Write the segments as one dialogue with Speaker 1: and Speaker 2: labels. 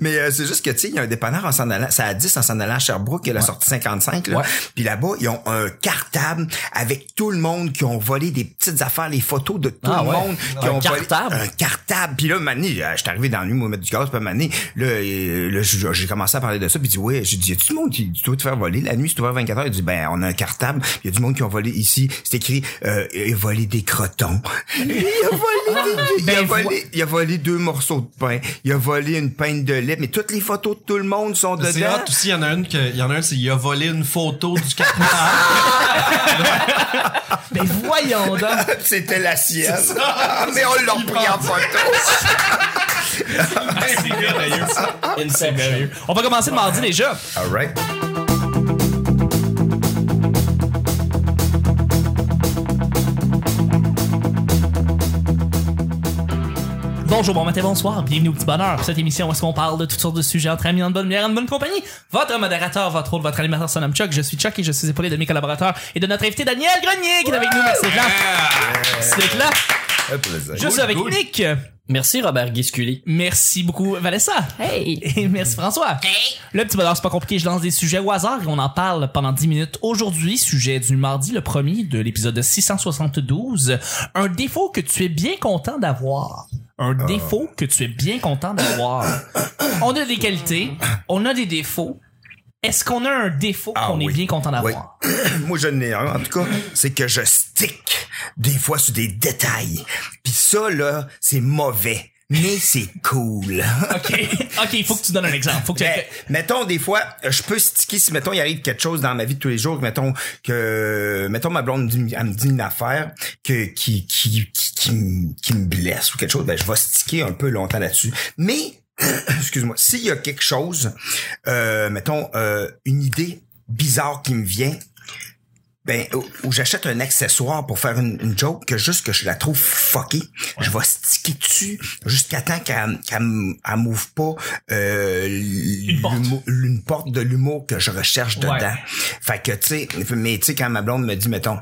Speaker 1: Mais euh, c'est juste que, tu sais, il y a un dépanneur en s'en allant, ça à 10 en s'en allant à Sherbrooke, il a sorti 55, là.
Speaker 2: Ouais.
Speaker 1: Puis là-bas, ils ont un cartable avec tout le monde qui ont volé des petites affaires, les photos de tout
Speaker 2: Ah
Speaker 1: le
Speaker 2: ouais.
Speaker 1: monde. qui
Speaker 2: Un
Speaker 1: ont volé-
Speaker 2: cartable?
Speaker 1: un cartable. Puis là, Mané, je suis arrivé dans la nuit, moi, mettre du gaz, pas Mané. Là, euh, là j'ai j'ai commencé à parler de ça, puis il dit, ouais, j'ai dit, y a tout le monde qui doit te faire voler. La nuit, c'est ouvert 24 heures. Il dit, ben, on a un cartable. Il y a du monde qui ont volé ici. C'est écrit, euh, il a volé des crotons. il a volé, des- il a
Speaker 2: Ben,
Speaker 1: volé, il a volé deux morceaux de pain. Il a volé une pinte de lait. Mais toutes les photos de tout le monde sont
Speaker 3: C'est
Speaker 1: dedans.
Speaker 3: hot aussi, il y en a une que, il y en a un, c'est il a volé une photo du cartable.
Speaker 2: Mais Ben, voyons donc.
Speaker 1: C'était la sienne. mais on l'a repris en photo.
Speaker 3: c'est merveilleux.
Speaker 2: Inception. On va commencer le mardi déjà.
Speaker 1: All right.
Speaker 2: Bonjour, bon matin, bonsoir, bienvenue au Petit Bonheur. Cette émission où est-ce qu'on parle de toutes sortes de sujets entre amis, en bonne lumière, en bonne compagnie. Votre modérateur, votre hôte, votre animateur, son nom Chuck. Je suis Chuck et je suis épaulé de mes collaborateurs et de notre invité Daniel Grenier qui est avec nous. Merci Jean. C'est là.
Speaker 1: Un plaisir.
Speaker 2: Je suis avec
Speaker 3: cool.
Speaker 2: Nick.
Speaker 4: Merci Robert Guisculi.
Speaker 2: Merci beaucoup Vanessa.
Speaker 4: Hey!
Speaker 2: Et merci François. Le petit bonheur, c'est pas compliqué. Je lance des sujets au hasard et on en parle pendant 10 minutes. Aujourd'hui, sujet du mardi, le premier de l'épisode 672. Un défaut que tu es bien content d'avoir. Un
Speaker 1: Euh.
Speaker 2: défaut que tu es bien content d'avoir. on a des qualités, on a des défauts. Est-ce qu'on a un défaut
Speaker 1: Ah
Speaker 2: qu'on
Speaker 1: oui.
Speaker 2: est bien content d'avoir?
Speaker 1: Moi, je n'ai un, en tout cas, c'est que je stick des fois sur des détails. Puis ça, là, c'est mauvais, mais c'est cool.
Speaker 2: OK. OK, il faut que tu donnes un exemple. Faut que tu-
Speaker 1: Ben, mettons, des fois, je peux sticker si, mettons, il arrive quelque chose dans ma vie de tous les jours, mettons, que, mettons, ma blonde, me dit- elle me dit une affaire que, qui, qui, qui, qui, me- qui me blesse ou quelque chose, ben, je vais sticker un peu longtemps là-dessus. Mais, excuse-moi, s'il y a quelque chose, euh, mettons, euh, une idée bizarre qui me vient, ben, où, où j'achète un accessoire pour faire une, une joke que juste que je la trouve fuckée, je vais sticker dessus jusqu'à temps qu'elle qu'elle m- elle m'ouvre pas euh, une,
Speaker 2: porte.
Speaker 1: une porte de l'humour que je recherche dedans.
Speaker 2: Ouais.
Speaker 1: Fait que, tu sais, mais tu sais, quand ma blonde me dit, mettons,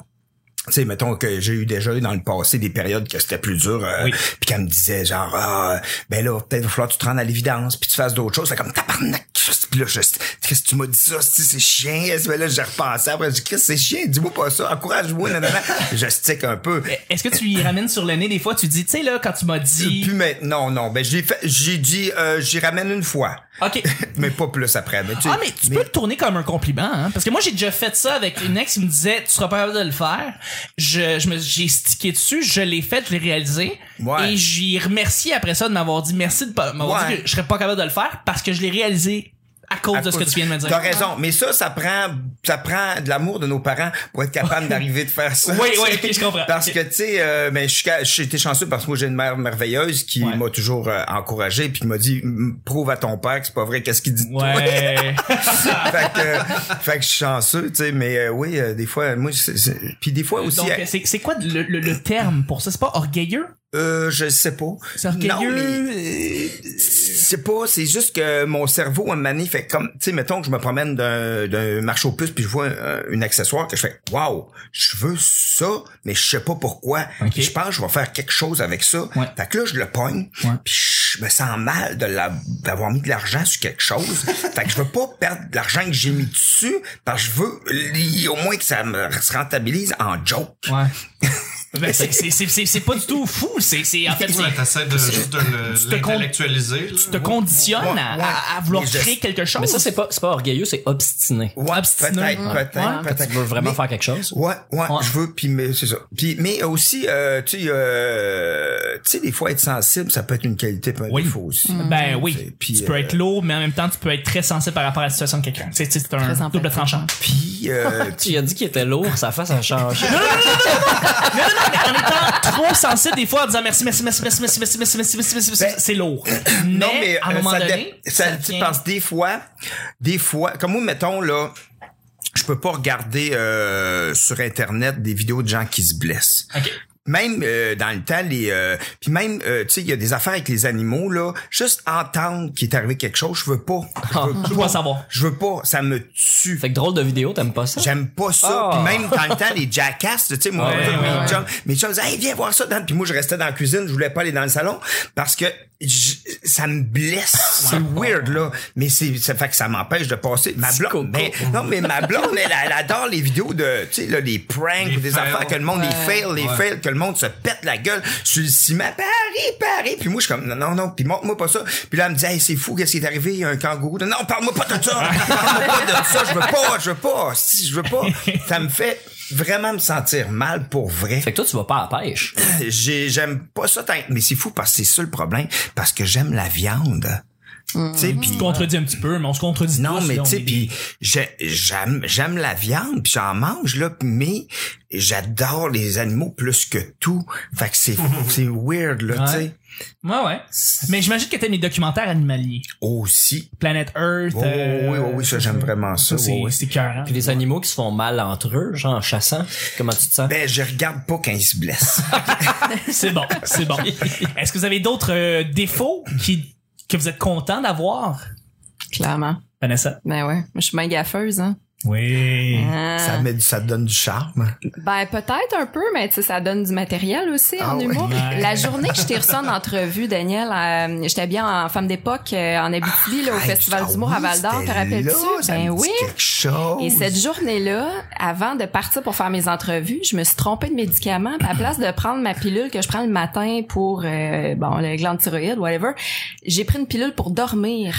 Speaker 1: tu sais, mettons que j'ai eu déjà eu dans le passé des périodes que c'était plus dur, euh,
Speaker 2: Oui.
Speaker 1: puis qu'elle me disait genre, ah, ben là, peut-être va falloir que tu te rendes à l'évidence, puis tu fasses d'autres choses. C'est comme tabarnak, Christ. puis là, je, Christ, tu m'as dit ça, si c'est chiant. Ben là, j'ai repensé après, j'ai dit, Christ, c'est chiant, dis-moi pas ça, encourage-moi, nanana. je stick un peu.
Speaker 2: Est-ce que tu y ramènes sur le nez des fois? Tu dis, tu sais, là, quand tu m'as
Speaker 1: Puis
Speaker 2: dit...
Speaker 1: maintenant, non, non, ben j'ai fait, j'ai dit, euh, j'y ramène une fois,
Speaker 2: OK.
Speaker 1: mais pas plus après. Mais, tu sais,
Speaker 2: Ah, mais tu
Speaker 1: mais-
Speaker 2: peux le tourner comme un compliment, hein? Parce que moi, j'ai déjà fait ça avec une ex qui me disait, tu seras pas capable de le faire. Je, je me, j'ai stické dessus, je l'ai fait, je l'ai réalisé.
Speaker 1: Ouais.
Speaker 2: Et j'ai remercié après ça de m'avoir dit merci de pas- m'avoir
Speaker 1: Ouais.
Speaker 2: dit que je serais pas capable de le faire parce que je l'ai réalisé à cause de ce que tu viens de me dire.
Speaker 1: T'as raison, mais ça, ça prend, ça prend de l'amour de nos parents pour être capable d'arriver de faire ça.
Speaker 2: Oui, oui, ok, je comprends.
Speaker 1: Parce
Speaker 2: Ok.
Speaker 1: que tu sais, euh, ben, je suis ca- j'ai été chanceux parce que moi j'ai une mère merveilleuse qui
Speaker 2: Ouais.
Speaker 1: m'a toujours euh, encouragé puis qui m'a dit M- prouve à ton père que c'est pas vrai qu'est-ce qu'il dit. de toi.
Speaker 2: Ouais.
Speaker 1: fait que, euh, fait que je suis chanceux, tu sais. Mais euh, oui, euh, des fois, moi, c'est- c'est- puis des fois aussi,
Speaker 2: Donc,
Speaker 1: euh,
Speaker 2: c'est, c'est quoi le, le, le terme pour ça? C'est pas orgueilleux?
Speaker 1: euh, je sais pas.
Speaker 2: C'est
Speaker 1: Non, mais-
Speaker 2: orgueilleux? euh,
Speaker 1: c'est pas, c'est juste que mon cerveau, un moment donné, fait comme, tu sais, mettons que je me promène d'un, d'un marché aux puces puis je vois un, un accessoire que je fais, waouh, je veux ça, mais je sais pas pourquoi.
Speaker 2: Ok.
Speaker 1: Je pense que je vais faire quelque chose avec ça.
Speaker 2: Ouais.
Speaker 1: Fait que là, je le pogne
Speaker 2: Ouais.
Speaker 1: puis je me sens mal de la- d'avoir mis de l'argent sur quelque chose. fait que je veux pas perdre de l'argent que j'ai mis dessus parce que je veux li- au moins que ça me se rentabilise en joke.
Speaker 2: Ouais. Ben, c'est, c'est, c'est, c'est, c'est pas du tout fou. C'est, c'est, en fait, c'est,
Speaker 3: Ouais, T'essaies de, juste de
Speaker 2: Tu
Speaker 3: le-
Speaker 2: te con-
Speaker 3: l'intellectualiser. là.
Speaker 2: tu te conditionnes
Speaker 1: Ouais,
Speaker 2: à,
Speaker 1: ouais.
Speaker 2: à- à vouloir
Speaker 1: Mais je-
Speaker 2: créer quelque chose.
Speaker 4: Mais ça, c'est pas, c'est pas orgueilleux, c'est obstiné.
Speaker 1: Ouais,
Speaker 2: Obstineux.
Speaker 1: peut-être,
Speaker 2: Ouais.
Speaker 1: peut-être,
Speaker 2: Ouais.
Speaker 4: Tu
Speaker 1: peut-être.
Speaker 4: veux vraiment
Speaker 1: Mais-
Speaker 4: faire quelque chose.
Speaker 1: Ouais, ouais,
Speaker 2: Ouais.
Speaker 1: je veux, puis mais c'est ça. Puis mais aussi, euh, tu sais, euh, tu sais, des fois être sensible, ça peut être une qualité, pas un
Speaker 2: Oui.
Speaker 1: défaut aussi.
Speaker 2: Ben
Speaker 1: C'est-
Speaker 2: oui,
Speaker 1: puis,
Speaker 2: tu peux
Speaker 1: euh,
Speaker 2: être lourd, mais en même temps, tu peux être très sensible par rapport à la situation de quelqu'un. C'est, c'est un
Speaker 5: Très
Speaker 2: double
Speaker 5: empathique.
Speaker 2: tranchant.
Speaker 1: Puis euh,
Speaker 4: Tu lui as dit qu'il était lourd, sa face a changé.
Speaker 2: En étant trop sensible, des fois, en disant merci, merci, merci, merci, merci, merci, merci, merci, merci, merci,
Speaker 1: Ben,
Speaker 2: merci, c'est lourd.
Speaker 1: non, mais
Speaker 2: à un
Speaker 1: euh,
Speaker 2: moment
Speaker 1: ça, dé-
Speaker 2: donné,
Speaker 1: ça,
Speaker 2: ça
Speaker 1: tu
Speaker 2: devient-
Speaker 1: penses des fois, des fois, comme moi, mettons là, je peux pas regarder euh, sur internet des vidéos de gens qui se blessent.
Speaker 2: Ok.
Speaker 1: Même euh, dans le temps, les euh, puis même euh, tu sais, il y a des affaires avec les animaux là. Juste entendre qu'il est arrivé quelque chose, je veux pas. Je veux,
Speaker 2: Ah. je veux pas savoir.
Speaker 1: je veux pas. Ça me tue.
Speaker 4: fait que drôle de vidéo, t'aimes pas ça?
Speaker 1: J'aime pas ça.
Speaker 4: Ah.
Speaker 1: Puis même dans le temps, les jackasses, tu sais, moi,
Speaker 2: Ouais,
Speaker 1: mes
Speaker 2: ouais,
Speaker 1: chums, mes chums disaient, hey, viens voir ça, Dan. Puis moi, je restais dans la cuisine, je voulais pas aller dans le salon parce que je- ça me blesse. C'est weird, là. Mais c'est, ça fait que ça m'empêche de passer. Ma blonde, mais, non, mais ma blonde, elle, elle adore les vidéos de, tu sais, là, les pranks,
Speaker 3: Les
Speaker 1: des
Speaker 3: fails.
Speaker 1: affaires que le monde, les fails, les
Speaker 3: Ouais.
Speaker 1: fails, que le monde se pète la gueule sur le ciment. Paris, Paris. Puis moi, je suis comme, non, non, non. Puis montre-moi pas ça. Puis là, elle me dit, hey, c'est fou, qu'est-ce qui est arrivé? Il y a un kangourou. Non, parle-moi pas de ça. parle-moi pas de ça. Je veux pas, je veux pas. Si, je veux pas. Ça me fait vraiment me sentir mal pour vrai.
Speaker 4: Fait que toi, tu vas pas à la pêche.
Speaker 1: J'ai- j'aime pas ça tant- mais c'est fou parce que c'est ça le problème parce que j'aime la viande tu sais
Speaker 2: Tu
Speaker 1: puis
Speaker 2: te contredis un petit peu, mais on se contredit
Speaker 1: non
Speaker 2: tous,
Speaker 1: mais
Speaker 2: là, on
Speaker 1: tu sais
Speaker 2: est-
Speaker 1: puis j'ai- j'aime j'aime la viande puis j'en mange là mais j'adore les animaux plus que tout fait que c'est c'est weird là tu sais
Speaker 2: Ouais, ouais. Mais j'imagine que t'aimes les documentaires animaliers.
Speaker 1: aussi
Speaker 2: Planète Earth.
Speaker 1: Oh,
Speaker 2: euh,
Speaker 1: oui, oui, oui, ça, j'aime vraiment ça,
Speaker 2: c'est
Speaker 1: oui, oui.
Speaker 2: c'est cœur.
Speaker 4: Puis les animaux qui se font mal entre eux, genre en chassant, comment tu te sens?
Speaker 1: ben je regarde pas quand ils se blessent
Speaker 2: C'est bon, c'est bon. Est-ce que vous avez d'autres euh, défauts qui que vous êtes content d'avoir,
Speaker 5: Clairement.
Speaker 2: Vanessa?
Speaker 5: Ben ouais. Moi, je suis bien gaffeuse, hein.
Speaker 2: Oui.
Speaker 5: Ah.
Speaker 1: ça met du- ça donne du charme
Speaker 5: Ben peut-être un peu, mais tu sais, ça donne du matériel aussi
Speaker 1: Ah
Speaker 5: en
Speaker 1: ouais.
Speaker 5: humour.
Speaker 2: Ouais.
Speaker 5: La journée que je t'ai reçu en entrevue, Daniel, euh, j'étais bien en femme d'époque euh, en Abitibi là, au
Speaker 1: Hey,
Speaker 5: Festival
Speaker 1: ah
Speaker 5: d'humour
Speaker 1: oui,
Speaker 5: à Val d'Or, te
Speaker 1: c'était là,
Speaker 5: rappelles-tu?
Speaker 1: ça
Speaker 5: Ben
Speaker 1: me dit
Speaker 5: oui.
Speaker 1: quelque chose
Speaker 5: Et cette journée-là, avant de partir pour faire mes entrevues, je me suis trompée de médicament. Puis à place de prendre ma pilule que je prends le matin pour euh, bon le gland thyroïde, whatever, j'ai pris une pilule pour dormir.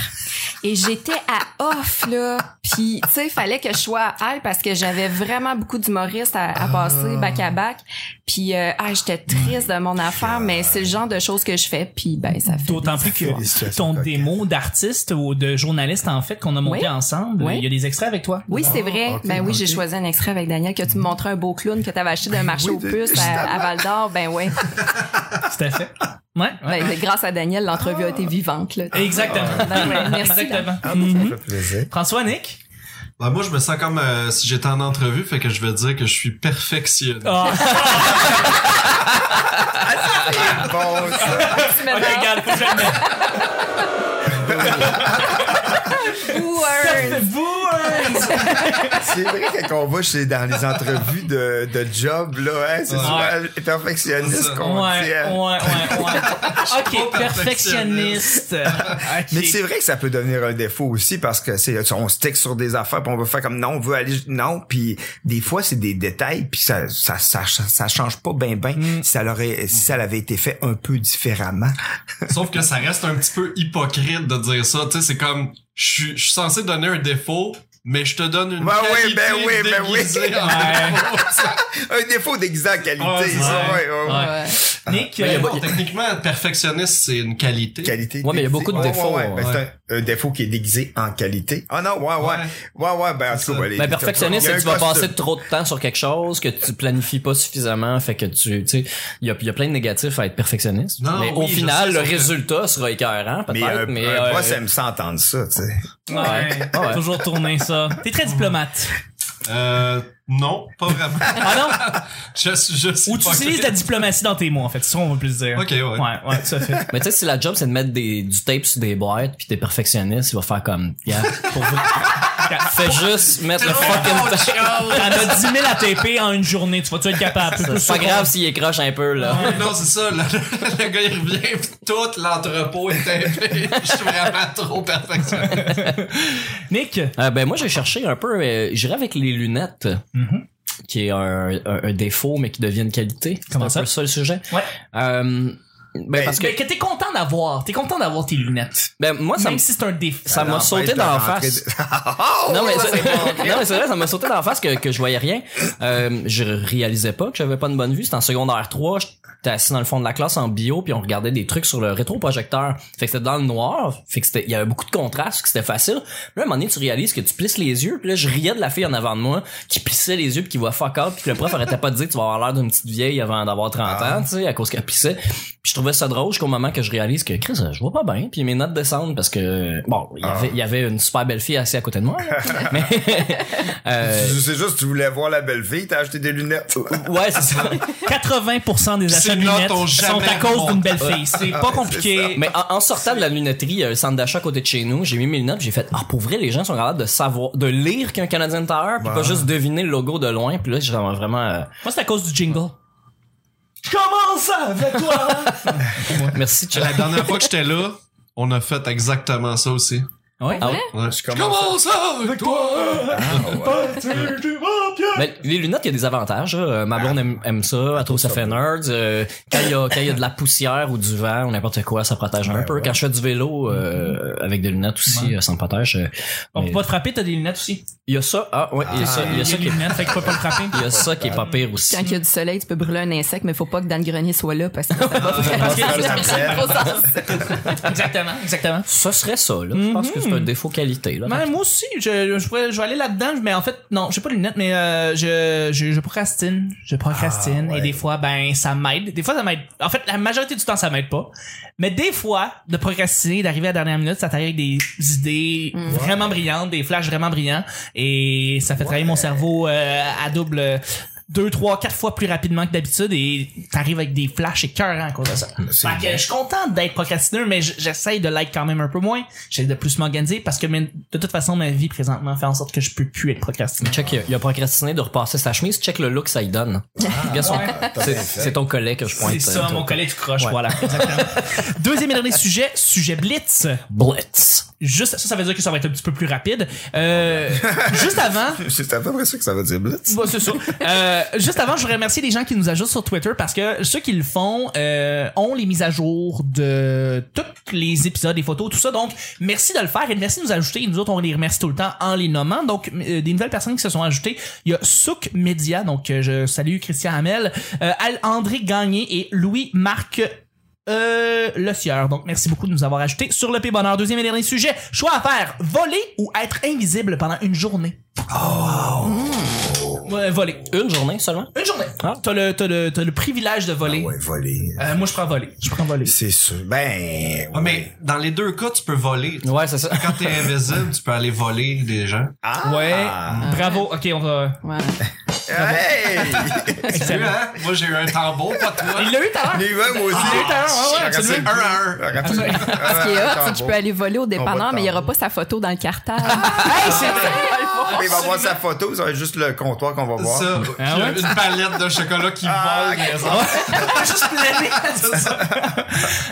Speaker 5: Et j'étais à off là. Puis tu sais, fallait que je sois à high parce que j'avais vraiment beaucoup d'humoristes à, à passer bac à bac. Puis euh, ah, j'étais triste de mon affaire, mais c'est le genre de choses que je fais. Puis ben ça fait.
Speaker 2: D'autant plus
Speaker 1: fait des
Speaker 2: que
Speaker 1: situations
Speaker 2: ton
Speaker 1: cocasses.
Speaker 2: démo d'artiste ou de journaliste, en fait, qu'on a monté
Speaker 5: Oui.
Speaker 2: ensemble,
Speaker 5: Oui.
Speaker 2: il y a des extraits avec toi.
Speaker 5: Oui, c'est vrai.
Speaker 1: Ah, ok,
Speaker 5: ben oui, j'ai
Speaker 1: ok.
Speaker 5: choisi un extrait avec Daniel que tu me montrais un beau clown que t'avais acheté d'un marché
Speaker 1: Oui,
Speaker 5: aux puces
Speaker 1: justement.
Speaker 5: à, à Val d'Or. Ben ouais.
Speaker 2: Tout à fait. Ouais. ouais.
Speaker 5: Ben, grâce à Daniel, l'entrevue a été vivante. Là.
Speaker 2: Exactement.
Speaker 5: Ben ouais, merci,
Speaker 2: Exactement.
Speaker 1: Ah,
Speaker 2: Mhm.
Speaker 1: ça fait plaisir
Speaker 2: François, Nick?
Speaker 3: Ben, moi, je me sens comme euh, si j'étais en entrevue, fait que je vais dire que je suis perfectionniste.
Speaker 2: Ah, Ah,
Speaker 1: bon ça.
Speaker 5: Tu
Speaker 2: ok,
Speaker 5: me demandes
Speaker 2: regarde, faut que je le mette.
Speaker 5: où, Ernst?
Speaker 2: Vous, euh,
Speaker 1: C'est vrai que quand on va chez, dans les entrevues de, de job, là, hein, c'est
Speaker 3: Ouais.
Speaker 1: souvent les perfectionnistes qu'on dit.
Speaker 2: Ouais, ouais,
Speaker 1: hein.
Speaker 2: ouais, ouais. Ok,
Speaker 3: pas
Speaker 2: perfectionniste. Ok.
Speaker 1: Mais c'est vrai que ça peut devenir un défaut aussi parce que c'est on stick sur des affaires puis on veut faire comme non on veut aller non puis des fois c'est des détails puis ça ça ça, ça change pas ben ben
Speaker 4: Mm.
Speaker 1: si ça l'aurait si ça l'avait été fait un peu différemment
Speaker 3: Sauf que ça reste un petit peu hypocrite de dire ça. Tu sais, c'est comme, je suis- je suis censé donner un défaut, mais je te donne une
Speaker 1: Ben oui,
Speaker 3: qualité
Speaker 1: ben oui, ben oui.
Speaker 3: déguisée en
Speaker 2: Ouais.
Speaker 3: défaut.
Speaker 1: un défaut d'exacte qualité
Speaker 3: Ouais,
Speaker 1: ça,
Speaker 2: ouais.
Speaker 1: ouais, ouais, ouais.
Speaker 2: Ouais.
Speaker 5: Ouais.
Speaker 2: Nick,
Speaker 4: Mais il y a
Speaker 2: euh,
Speaker 4: pas-
Speaker 3: Bon, techniquement, perfectionniste, c'est une qualité.
Speaker 1: qualité
Speaker 4: Ouais, mais il y
Speaker 1: déguisée.
Speaker 4: a beaucoup de
Speaker 1: Ouais, ouais,
Speaker 4: défauts,
Speaker 1: ouais. Ben,
Speaker 4: ouais.
Speaker 1: c'est un, un défaut qui est déguisé en qualité ah non ouais ouais ouais ouais, ben en tout cas, ouais, les-
Speaker 4: Ben, perfectionniste,
Speaker 1: il y
Speaker 4: c'est
Speaker 1: a
Speaker 4: que tu
Speaker 1: un
Speaker 4: vas passer
Speaker 1: costume.
Speaker 4: trop de temps sur quelque chose que tu planifies pas suffisamment, fait que tu, tu sais, il y a, il y a plein de négatifs à être perfectionniste.
Speaker 3: Non,
Speaker 4: mais
Speaker 3: oui,
Speaker 4: au
Speaker 3: je
Speaker 4: final,
Speaker 3: sais,
Speaker 4: le
Speaker 3: sauf que-
Speaker 4: résultat sera écœurant,
Speaker 1: mais un,
Speaker 4: peut-être, mais,
Speaker 1: un
Speaker 4: euh,
Speaker 1: boss aime ça entendre ça tu sais
Speaker 4: ouais, ouais.
Speaker 2: toujours tourner ça. T'es très diplomate.
Speaker 3: Euh, non, pas vraiment.
Speaker 2: Ah non?
Speaker 3: je, suis- je suis
Speaker 2: Ou tu
Speaker 3: hypocrite.
Speaker 2: utilises la diplomatie dans tes mots, en fait. C'est ça qu'on veut plus dire.
Speaker 3: Ok, ouais.
Speaker 2: Ouais, ouais, tout à fait.
Speaker 4: Mais tu sais, si la job, c'est de mettre des, du tape sur des boîtes puis t'es perfectionniste, il va faire comme, yeah, pour vrai. Fais juste mettre le fucking tape.
Speaker 2: T'en as 10 000 à taper en une journée. Tu vas-tu être capable? Plus
Speaker 4: C'est pas
Speaker 2: ça.
Speaker 4: grave s'il écroche un peu, là.
Speaker 3: Non, c'est ça, le, le gars il revient, pis tout l'entrepôt est tapé. Je suis vraiment trop perfectionniste.
Speaker 2: Nick?
Speaker 4: Euh, ben moi j'ai cherché un peu, euh, j'irai avec les lunettes,
Speaker 2: Mhm.
Speaker 4: qui est un, un- un défaut mais qui devient une qualité. C'est
Speaker 2: Comment
Speaker 4: un
Speaker 2: ça?
Speaker 4: peu ça le sujet.
Speaker 2: Ouais.
Speaker 4: Euh, ben, parce que
Speaker 2: Mais que t'es content d'avoir. T'es content d'avoir tes lunettes.
Speaker 4: ben moi ça me
Speaker 2: Même si c'est un défaut.
Speaker 4: ça m'a
Speaker 1: Alors,
Speaker 4: sauté
Speaker 1: ben,
Speaker 4: dans la
Speaker 1: je dois rentrer
Speaker 4: face.
Speaker 1: de-
Speaker 4: Non mais,
Speaker 1: Ouais,
Speaker 4: c'est-
Speaker 1: c'est bon.
Speaker 4: non, mais c'est vrai, ça m'a sauté dans la face que, que je voyais rien. Euh, je réalisais pas que j'avais pas une bonne vue. C'était en secondaire 3, j'étais assis dans le fond de la classe en bio puis on regardait des trucs sur le rétroprojecteur. Fait que c'était dans le noir, fait que c'était il y avait beaucoup de contraste, fait que c'était facile. Puis là, à un moment donné, tu réalises que tu plisses les yeux, puis là je riais de la fille en avant de moi qui plissait les yeux puis qui voit fuck out, puis que le prof arrêtait pas de dire tu vas avoir l'air d'une petite vieille avant d'avoir 30 ans, tu sais, à cause qu'elle plissait. Puis je trouvais ça drôle jusqu'au moment que je réalise que Chris, je vois pas bien, puis mes notes descendent parce que bon, il y avait, il y avait une super belle fille assise à côté de moi. là. Mais euh,
Speaker 1: C'est juste, tu voulais voir la belle fille, t'as acheté des lunettes.
Speaker 4: ouais, c'est ça.
Speaker 2: 80% des achats
Speaker 3: Ces
Speaker 2: de
Speaker 3: notes
Speaker 2: lunettes sont
Speaker 3: ont jamais
Speaker 2: à cause
Speaker 3: remonté.
Speaker 2: d'une belle fille. C'est pas compliqué.
Speaker 4: Mais en, en sortant de la lunetterie, il y a un centre d'achat à côté de chez nous. J'ai mis mes lunettes, puis j'ai fait ah pour vrai, les gens sont capables de savoir, de lire qu'un Canadien Tire, puis pas juste deviner le logo de loin. Puis là, j'ai vraiment, vraiment euh,
Speaker 2: Moi, c'est à cause du jingle. Je commence avec toi!
Speaker 4: Merci, Chuck.
Speaker 3: La dernière fois que j'étais là, on a fait exactement ça aussi.
Speaker 4: Ouais.
Speaker 5: Ah ouais?
Speaker 3: Ouais.
Speaker 1: Je commence-
Speaker 3: Comment ça avec toi?
Speaker 4: Ben, les lunettes, il y a des avantages. euh, ma blonde aime, aime ça, elle trouve ça fait nerd. euh, quand il y, a- quand il y a de la poussière ou du vent ou n'importe quoi, ça protège un
Speaker 1: Ouais,
Speaker 4: peu.
Speaker 1: ouais.
Speaker 4: Quand je fais du vélo euh, avec des lunettes aussi, euh, ça me protège. euh.
Speaker 2: On peut pas te frapper, t'as des lunettes aussi.
Speaker 4: Il y a ça, ah ouais, il y a ça, il y a ça
Speaker 2: des
Speaker 4: qui est,
Speaker 2: lunettes, fait que tu peux pas le frapper.
Speaker 4: il y a ça qui est pas pire aussi.
Speaker 5: Quand il y a du soleil, tu peux brûler un insecte, mais faut pas que Dan Grenier soit là parce que ça va vraiment
Speaker 2: que ça
Speaker 5: faire
Speaker 1: sert.
Speaker 5: trop sens.
Speaker 2: Exactement, exactement.
Speaker 4: Ce serait ça, là. Je pense que c'est un défaut qualité, là.
Speaker 2: Ben, moi aussi, je, je, pourrais- je vais aller là-dedans, mais en fait, non, j'ai pas de lunettes, mais euh, je, je, je procrastine. Je procrastine.
Speaker 1: Ah, ouais.
Speaker 2: Et des fois, ben, ça m'aide. Des fois, ça m'aide. En fait, la majorité du temps, ça m'aide pas. Mais des fois, de procrastiner, d'arriver à la dernière minute, ça t'arrive avec des idées
Speaker 1: Mm.
Speaker 2: vraiment brillantes, des flashs vraiment brillants. Et ça fait travailler mon cerveau euh, à double. euh, deux, trois, quatre fois plus rapidement que d'habitude et t'arrives avec des flashs écœurants à cause de ça.
Speaker 1: C'est
Speaker 2: Fait que je suis content d'être procrastineux, mais j- j'essaye de l'être quand même un peu moins. J'essaie de plus m'organiser parce que mais, de toute façon, ma vie présentement fait en sorte que je peux plus être procrastineux.
Speaker 4: Check, il a, il a procrastiné de repasser sa chemise. Check le look que ça y donne. Regarde son-
Speaker 1: t'as
Speaker 4: c'est-
Speaker 1: bien fait.
Speaker 4: c'est ton collet que je pointe.
Speaker 2: C'est
Speaker 4: euh,
Speaker 2: ça,
Speaker 4: toi.
Speaker 2: mon collègue croche,
Speaker 4: Ouais.
Speaker 2: voilà. Exactement. Deuxième et dernier sujet, sujet blitz.
Speaker 4: Blitz.
Speaker 2: Juste, ça, ça veut dire que ça va être un petit peu plus rapide. Euh, juste avant,
Speaker 1: C'est à peu près ça que ça veut dire, Blitz.
Speaker 2: Bon, Bah, c'est ça. Euh, juste avant, je voudrais remercier les gens qui nous ajoutent sur Twitter parce que ceux qui le font euh, ont les mises à jour de tous les épisodes, les photos, tout ça. Donc, merci de le faire et merci de nous ajouter. Et nous autres, on les remercie tout le temps en les nommant. Donc, euh, des nouvelles personnes qui se sont ajoutées. Il y a Souk Media, donc euh, je salue Christian Hamel, euh, Al- André Gagné et Louis-Marc euh, le sieur. Donc, merci beaucoup de nous avoir ajoutés sur le P Bonheur. Deuxième et dernier sujet. Choix à faire. Voler ou être invisible pendant une journée. Oh! voler.
Speaker 4: Une journée seulement?
Speaker 2: Une journée. Ah, T'as le, t'as le, t'as le privilège de voler.
Speaker 1: Ah Ouais, voler.
Speaker 2: Euh, moi, je prends voler. Je prends voler.
Speaker 1: C'est sûr. Ben.
Speaker 3: Ah,
Speaker 1: ouais.
Speaker 3: mais dans les deux cas, tu peux voler.
Speaker 4: Ouais, c'est ça.
Speaker 3: Quand t'es invisible, tu peux aller voler des gens.
Speaker 1: Ah!
Speaker 2: Bravo. Ok, on va.
Speaker 5: Ouais.
Speaker 1: Hey!
Speaker 3: Tu as vu, hein? Moi, j'ai eu un tambour, pas toi.
Speaker 2: Il l'a eu tout à
Speaker 1: Il
Speaker 2: l'heure.
Speaker 1: est vrai, moi aussi.
Speaker 2: Il l'a eu tout à l'heure. Ouais, ouais,
Speaker 1: J'aurais
Speaker 2: absolument.
Speaker 1: fait
Speaker 3: Un à un.
Speaker 1: J'aurais fait- J'aurais
Speaker 5: Ce qui est hot,
Speaker 1: fait
Speaker 5: c'est que je peux aller voler au dépanneur,
Speaker 1: tambour.
Speaker 5: mais il n'y aura pas sa photo dans le cartable. hey, c'est
Speaker 1: Ah, Il va voir sa photo, ça va être juste le comptoir qu'on va voir.
Speaker 3: Ça,
Speaker 2: Ah
Speaker 3: puis
Speaker 2: ouais?
Speaker 3: une palette de chocolat qui
Speaker 1: Ah,
Speaker 3: vole. mais ça-
Speaker 2: Juste planer. C'est ça.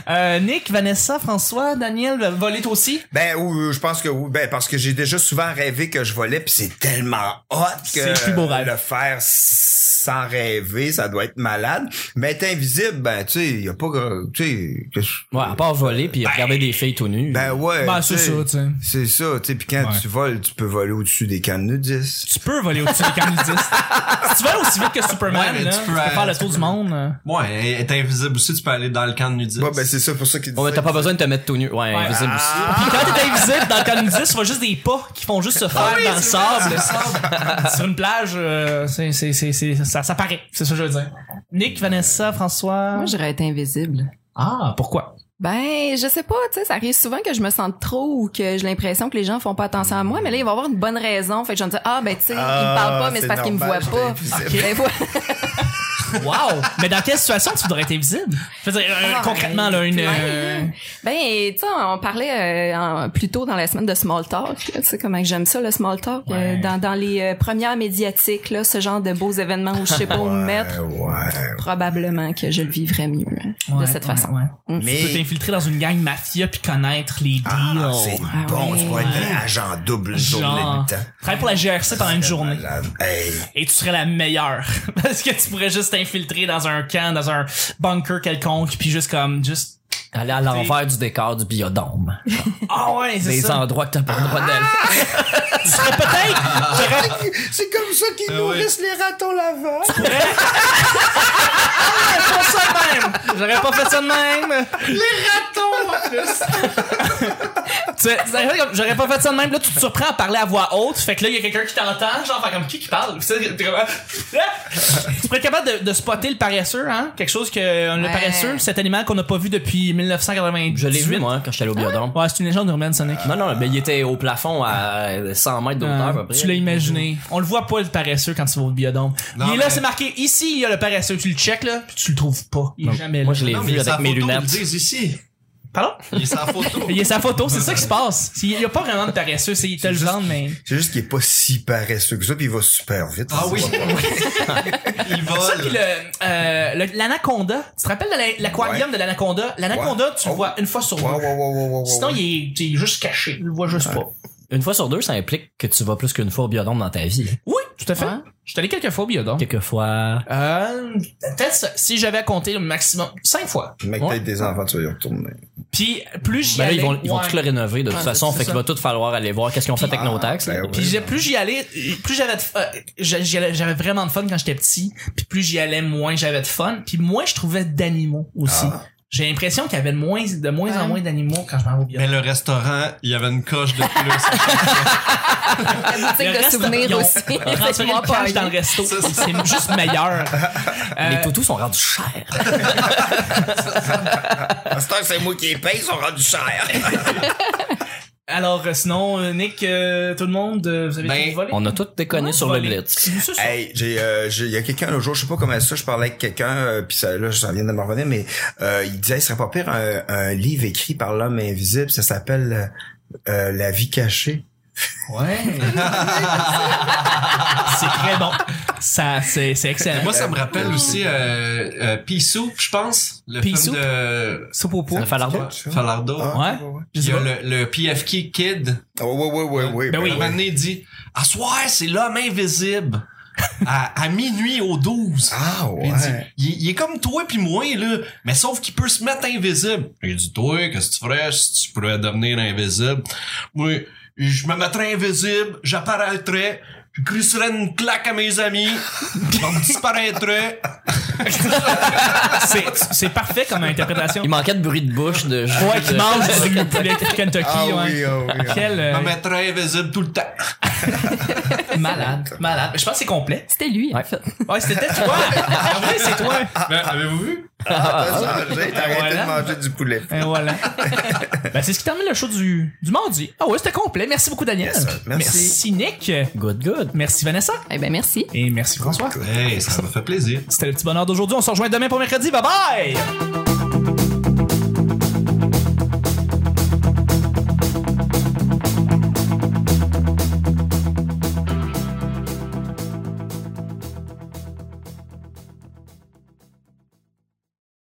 Speaker 2: Euh, Nick, Vanessa, François, Daniel, euh, voler toi aussi.
Speaker 1: Ben oui, je pense que oui, ben parce que j'ai déjà souvent rêvé que je volais puis c'est tellement hot que
Speaker 2: C'est le plus beau rêve.
Speaker 1: le faire sans rêver, ça doit être malade. Mais être invisible, ben tu sais, y a pas que- tu sais que-
Speaker 4: Ouais, à part voler puis regarder des filles tout nues.
Speaker 1: ben ouais.
Speaker 2: Ben, c'est
Speaker 1: tu sais,
Speaker 2: ça, tu sais.
Speaker 1: C'est ça, tu sais puis quand
Speaker 2: Ouais.
Speaker 1: tu voles, tu peux voler au-dessus des cannes nudistes.
Speaker 2: Tu peux voler au-dessus des camélidistes. si tu voles aussi vite que
Speaker 3: Ouais,
Speaker 2: Superman,
Speaker 3: mais
Speaker 2: là,
Speaker 3: tu
Speaker 2: tu
Speaker 3: peux,
Speaker 2: peux
Speaker 3: euh,
Speaker 2: faire le
Speaker 3: tu
Speaker 2: tour du monde. euh.
Speaker 3: Ouais, être invisible aussi, tu peux aller dans le camp de nudistes.
Speaker 1: Ouais, ben c'est ça pour ça qu'il
Speaker 4: Bon, ben,
Speaker 1: disait
Speaker 4: t'as pas besoin de te mettre tout nu. Ouais,
Speaker 2: Ouais. Ah.
Speaker 4: invisible aussi.
Speaker 1: Ah.
Speaker 2: Puis quand t'es invisible dans le camélidiste, tu vois juste des pas qui font juste se
Speaker 5: Ah
Speaker 2: faire dans le sable. Sur une plage, euh, c'est, c'est, c'est, c'est- ça, ça paraît. C'est ça que je veux dire. Nick, Vanessa, François.
Speaker 5: Moi, j'aurais été invisible.
Speaker 2: Ah, pourquoi?
Speaker 5: Ben, je sais pas, tu sais, ça arrive souvent que je me sente trop ou que j'ai l'impression que les gens font pas attention à moi, mais là, il va y avoir une bonne raison. Fait que je vais me dire, ah, ben, tu sais, ils me parlent pas, mais c'est parce qu'ils me voient pas. Ben, voilà.
Speaker 2: Wow! Mais dans quelle situation tu voudrais être invisible? Je veux dire, euh,
Speaker 5: Ah,
Speaker 2: concrètement, là, une...
Speaker 5: plein.
Speaker 2: euh,
Speaker 5: Ben, tu sais, on parlait euh, en- plus tôt dans la semaine de small talk. là, Tu sais comment que j'aime ça, le small talk. euh,
Speaker 2: Ouais.
Speaker 5: dans, dans les euh, premières médiatiques, là, ce genre de beaux événements où je sais pas où me mettre,
Speaker 1: Ouais.
Speaker 5: probablement que je le vivrais mieux hein,
Speaker 2: ouais,
Speaker 5: de cette
Speaker 2: ouais,
Speaker 5: façon.
Speaker 2: ouais.
Speaker 1: Mais
Speaker 2: Tu peux t'infiltrer dans une gang mafia puis connaître les deals.
Speaker 1: ah, c'est
Speaker 5: Ah
Speaker 1: bon,
Speaker 5: ouais.
Speaker 1: tu vas être un agent double une journée
Speaker 2: Genre,
Speaker 1: de temps.
Speaker 2: travaille pour la GRC pendant une journée.
Speaker 1: Malade. Hey.
Speaker 2: et tu serais la meilleure parce que tu pourrais juste t'infiltrer dans un camp dans un bunker quelconque puis juste comme juste
Speaker 4: Aller à l'envers du décor du biodôme.
Speaker 2: ah ouais c'est
Speaker 4: Des
Speaker 2: ça Ah!
Speaker 4: endroits que t'as pas le droit d'aller.
Speaker 2: tu serais peut-être
Speaker 1: C'est comme ça qu'ils
Speaker 2: Ben
Speaker 3: Ah ouais.
Speaker 1: nourrissent les ratons laveurs.
Speaker 2: pas ça de même j'aurais pas fait ça de même les ratons en plus Tu sais, c'est comme, j'aurais pas fait ça de même là tu te surprends à parler à voix haute fait que là il y a quelqu'un qui t'entend genre fait comme qui qui parle Puis c'est- t'es comme, Ah! tu pourrais être capable de, de spotter le paresseux hein quelque chose que euh, le
Speaker 5: Ouais.
Speaker 2: paresseux cet animal qu'on n'a pas vu depuis 1998
Speaker 4: Je l'ai vu, moi, quand j'étais allé au biodôme.
Speaker 2: Ah ouais c'est une légende urbaine Sonic
Speaker 4: Non, non, mais il était au plafond à 100 mètres de hauteur, à peu près.
Speaker 2: Euh, tu l'as imaginé. On le voit pas le paresseux quand tu vas au biodôme.
Speaker 3: Non,
Speaker 2: il est là,
Speaker 3: mais-
Speaker 2: c'est marqué ici, il y a le paresseux. Tu le check là, puis tu le trouves pas. Il est jamais là.
Speaker 4: Moi, je l'ai
Speaker 3: Ah Non, mais
Speaker 4: vu
Speaker 3: sa
Speaker 4: avec mes
Speaker 3: photo, ils le
Speaker 4: lunettes.
Speaker 3: disent ici.
Speaker 2: Pardon?
Speaker 3: Il est sa photo.
Speaker 2: Il y a sa photo, c'est ça qui se passe. Il y a pas vraiment de paresseux, c'est il te le
Speaker 1: juste-
Speaker 2: vend, mais.
Speaker 1: C'est juste qu'il est pas si paresseux que ça, puis il va super vite.
Speaker 3: Ah oui. Il
Speaker 2: Ça, puis
Speaker 3: vole.
Speaker 2: le, euh, le- l'anaconda. Tu te rappelles de la- l'aquarium
Speaker 1: Ouais.
Speaker 2: de l'anaconda? L'anaconda, tu le
Speaker 1: Oh.
Speaker 2: vois une fois sur deux.
Speaker 1: Wow, wow, wow, wow, wow, wow.
Speaker 2: Sinon, il est, il est juste caché. Tu le vois juste pas.
Speaker 4: Une fois sur deux, ça implique que tu vas plus qu'une fois au biodôme dans ta vie.
Speaker 2: Oui, tout à fait.
Speaker 5: Ouais.
Speaker 2: Je suis allé quelques fois au biodôme.
Speaker 4: Quelques fois.
Speaker 2: Euh, peut-être ça, si j'avais à compter le maximum, cinq fois.
Speaker 1: Mec,
Speaker 2: Ouais.
Speaker 1: peut-être des enfants, tu vas y retourner.
Speaker 2: Puis plus j'y
Speaker 4: Ben là,
Speaker 2: allais,
Speaker 4: ils vont, ils vont
Speaker 2: ouais.
Speaker 4: tout le rénover de toute
Speaker 2: Ouais,
Speaker 4: façon,
Speaker 2: c'est
Speaker 4: fait qu'il
Speaker 2: ça.
Speaker 4: va tout falloir aller voir qu'est-ce qu'ils ont fait avec nos taxes.
Speaker 1: Ben
Speaker 2: Puis ah,
Speaker 1: oui.
Speaker 2: j'ai- plus j'y allais, plus j'avais de f- euh, j'a- j'y allais- j'avais vraiment de fun quand j'étais petit. Puis plus j'y allais, moins j'avais de fun. Puis moins je trouvais d'animaux aussi.
Speaker 1: Ah.
Speaker 2: J'ai l'impression qu'il y avait de moins, de moins en
Speaker 5: Ouais.
Speaker 2: moins d'animaux quand je m'en vais au biodôme.
Speaker 3: Mais le restaurant, il y avait une coche de plus.
Speaker 5: La boutique
Speaker 2: Le
Speaker 5: de
Speaker 2: reste, ils
Speaker 5: souvenirs
Speaker 2: ont-
Speaker 5: aussi.
Speaker 2: Ils ont transféré le cash dans le resto.
Speaker 3: C'est ça.
Speaker 2: C'est juste meilleur. Euh, Ah,
Speaker 4: Les toutous sont rendus chers.
Speaker 1: À cette heure, c'est moi qui les paye, ils sont rendus chers.
Speaker 2: alors, euh, sinon, euh, Nick, euh, tout le monde, euh, vous avez
Speaker 3: Ben,
Speaker 2: tout volé?
Speaker 4: On a tout déconné
Speaker 2: Ouais,
Speaker 4: sur le
Speaker 2: volé.
Speaker 4: lit.
Speaker 2: Ça, ça.
Speaker 1: Hey, j'ai, euh, j'ai- il y a quelqu'un l'autre jour, je sais pas comment ça, je parlais avec quelqu'un, euh, puis ça, là, ça vient de me revenir, mais euh, il disait, ce serait pas pire un, un livre écrit par l'homme invisible, ça s'appelle euh, euh, La vie cachée.
Speaker 2: Ouais. c'est très bon. Ça, c'est, c'est excellent.
Speaker 3: Moi, ça me rappelle aussi euh, euh, Pea Soup, je pense. Le
Speaker 2: Pea
Speaker 3: film
Speaker 2: Soup?
Speaker 3: de
Speaker 2: Soupe au poids.
Speaker 4: Le falardeau.
Speaker 3: Falardo.
Speaker 1: Ah,
Speaker 2: Ouais.
Speaker 1: ouais.
Speaker 2: Je
Speaker 3: Il
Speaker 2: sais
Speaker 3: y a
Speaker 2: pas.
Speaker 3: le, le PFK Kid.
Speaker 1: Oh, ouais, ouais, ouais, ouais.
Speaker 2: Ben
Speaker 3: Ben Oui.
Speaker 2: oui.
Speaker 3: Un moment donné, il dit Ah, soir, c'est l'homme invisible. à, à minuit au 12.
Speaker 1: Ah,
Speaker 3: Il dit,
Speaker 1: ouais.
Speaker 3: il, il est comme toi puis moi, là, mais sauf qu'il peut se mettre invisible. Il dit, toi, qu'est-ce que tu ferais si tu pourrais devenir invisible? Moi, je me mettrais invisible, j'apparaîtrais, je crisserais une claque à mes amis, je disparaîtrais.
Speaker 2: C'est, c'est parfait comme interprétation.
Speaker 4: Il manquait de bruit de bouche, de
Speaker 2: Ouais, qui
Speaker 4: de-
Speaker 2: mange du poulet de Kentucky,
Speaker 1: Ah
Speaker 2: ouais.
Speaker 1: oui, ah oui, ah oui.
Speaker 2: Quel
Speaker 3: Je
Speaker 2: euh,
Speaker 3: me mettrais invisible tout le temps.
Speaker 2: malade, malade. Je pense que c'est complet.
Speaker 5: C'était lui, en
Speaker 4: Ouais.
Speaker 5: fait.
Speaker 2: Ouais, c'était toi. En vrai, c'est toi.
Speaker 3: Ben, avez-vous vu?
Speaker 1: Ah, t'as changé, t'as arrêté
Speaker 2: Voilà.
Speaker 1: de manger du poulet.
Speaker 2: Et voilà. ben, c'est ce qui termine le show du, du mardi. Ah ouais, c'était complet. Merci beaucoup, Daniel.
Speaker 1: Yes, sir. Merci.
Speaker 2: merci, Nick.
Speaker 4: Good, good.
Speaker 2: Merci, Vanessa.
Speaker 5: Eh ben, merci.
Speaker 2: Et merci, François.
Speaker 3: Hey, ça me fait plaisir.
Speaker 2: C'était le petit bonheur d'aujourd'hui. On se rejoint demain pour mercredi. Bye bye!